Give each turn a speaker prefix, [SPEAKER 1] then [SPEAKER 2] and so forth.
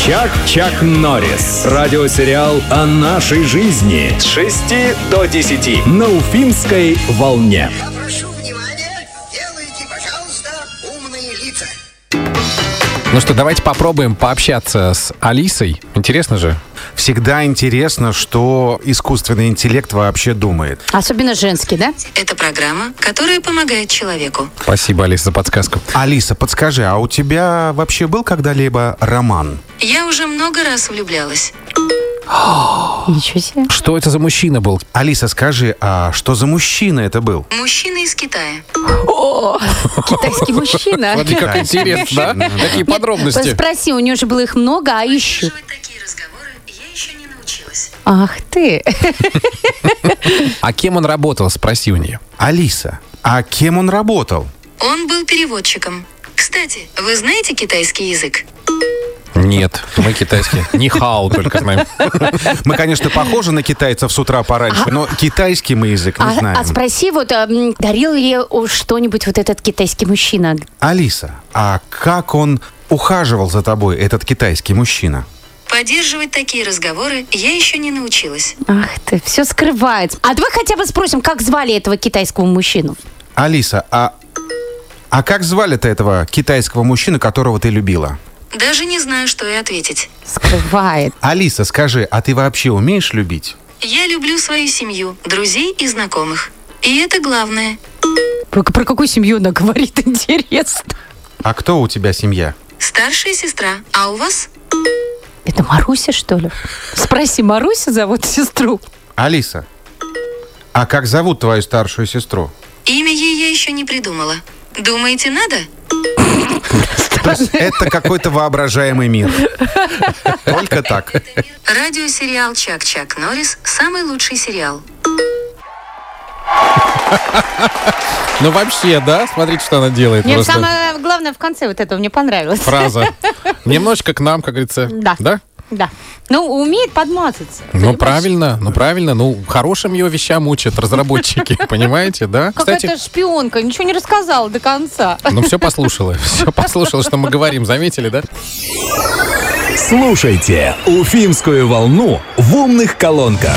[SPEAKER 1] Чак-Чак Норрис. Радиосериал о нашей жизни. С 6 до 10. На Уфимской волне.
[SPEAKER 2] Я прошу внимания, делайте, пожалуйста, умные лица.
[SPEAKER 3] Ну что, давайте попробуем пообщаться с Алисой. Интересно же.
[SPEAKER 4] Всегда интересно, что искусственный интеллект вообще думает.
[SPEAKER 5] Особенно женский, да?
[SPEAKER 6] Это программа, которая помогает человеку.
[SPEAKER 3] Спасибо, Алиса, за подсказку.
[SPEAKER 4] Алиса, подскажи, а у тебя вообще был когда-либо роман?
[SPEAKER 6] Я уже много раз влюблялась.
[SPEAKER 5] Ничего себе.
[SPEAKER 3] Что это за мужчина был?
[SPEAKER 4] Алиса, скажи, а что за мужчина это был?
[SPEAKER 6] Мужчина из Китая.
[SPEAKER 5] О, китайский мужчина.
[SPEAKER 3] Смотри, как интересно, да? Какие подробности.
[SPEAKER 5] Спроси, у нее же было их много, а еще.
[SPEAKER 6] Поддерживать такие разговоры я еще не научилась.
[SPEAKER 5] Ах ты.
[SPEAKER 3] А кем он работал, спроси у нее.
[SPEAKER 4] Алиса, а кем он работал?
[SPEAKER 6] Он был переводчиком. Кстати, вы знаете китайский язык?
[SPEAKER 3] Нет, мы китайские. Не хау только знаем.
[SPEAKER 4] Мы, конечно, похожи на китайцев с утра пораньше, но китайский мы язык не
[SPEAKER 5] А,
[SPEAKER 4] знаем.
[SPEAKER 5] а спроси, вот а, м, дарил ли о, что-нибудь вот этот китайский мужчина?
[SPEAKER 4] Алиса, а как он ухаживал за тобой, этот китайский мужчина?
[SPEAKER 6] Поддерживать такие разговоры я еще не научилась.
[SPEAKER 5] Ах ты, все скрывается. А давай хотя бы спросим, как звали этого китайского мужчину?
[SPEAKER 4] Алиса, а... А как звали-то этого китайского мужчину, которого ты любила?
[SPEAKER 6] Даже не знаю, что и ответить.
[SPEAKER 5] Скрывает.
[SPEAKER 4] Алиса, скажи, а ты вообще умеешь любить?
[SPEAKER 6] Я люблю свою семью, друзей и знакомых. И это главное.
[SPEAKER 5] Про, про какую семью она говорит, интересно.
[SPEAKER 4] А кто у тебя семья?
[SPEAKER 6] Старшая сестра, а у вас?
[SPEAKER 5] Это Маруся, что ли? Спроси, Маруся зовут сестру?
[SPEAKER 4] Алиса, а как зовут твою старшую сестру?
[SPEAKER 6] Имя ей я еще не придумала. Думаете, надо?
[SPEAKER 4] То есть это какой-то воображаемый мир. Только так.
[SPEAKER 6] Радиосериал «Чак-Чак Норрис» – самый лучший сериал.
[SPEAKER 3] Ну вообще, да? Смотрите, что она делает.
[SPEAKER 5] Мне
[SPEAKER 3] просто.
[SPEAKER 5] самое главное в конце вот этого мне понравилось.
[SPEAKER 3] Фраза. Немножко к нам, как говорится.
[SPEAKER 5] Да.
[SPEAKER 3] Да?
[SPEAKER 5] Да. Ну, умеет подмазаться.
[SPEAKER 3] Ну, правильно, ну, правильно. Ну, хорошим ее вещам учат разработчики, понимаете, да?
[SPEAKER 5] Какая-то шпионка, ничего не рассказала до конца.
[SPEAKER 3] ну, все послушала, все послушала, что мы говорим, заметили, да?
[SPEAKER 1] Слушайте «Уфимскую волну» в умных колонках.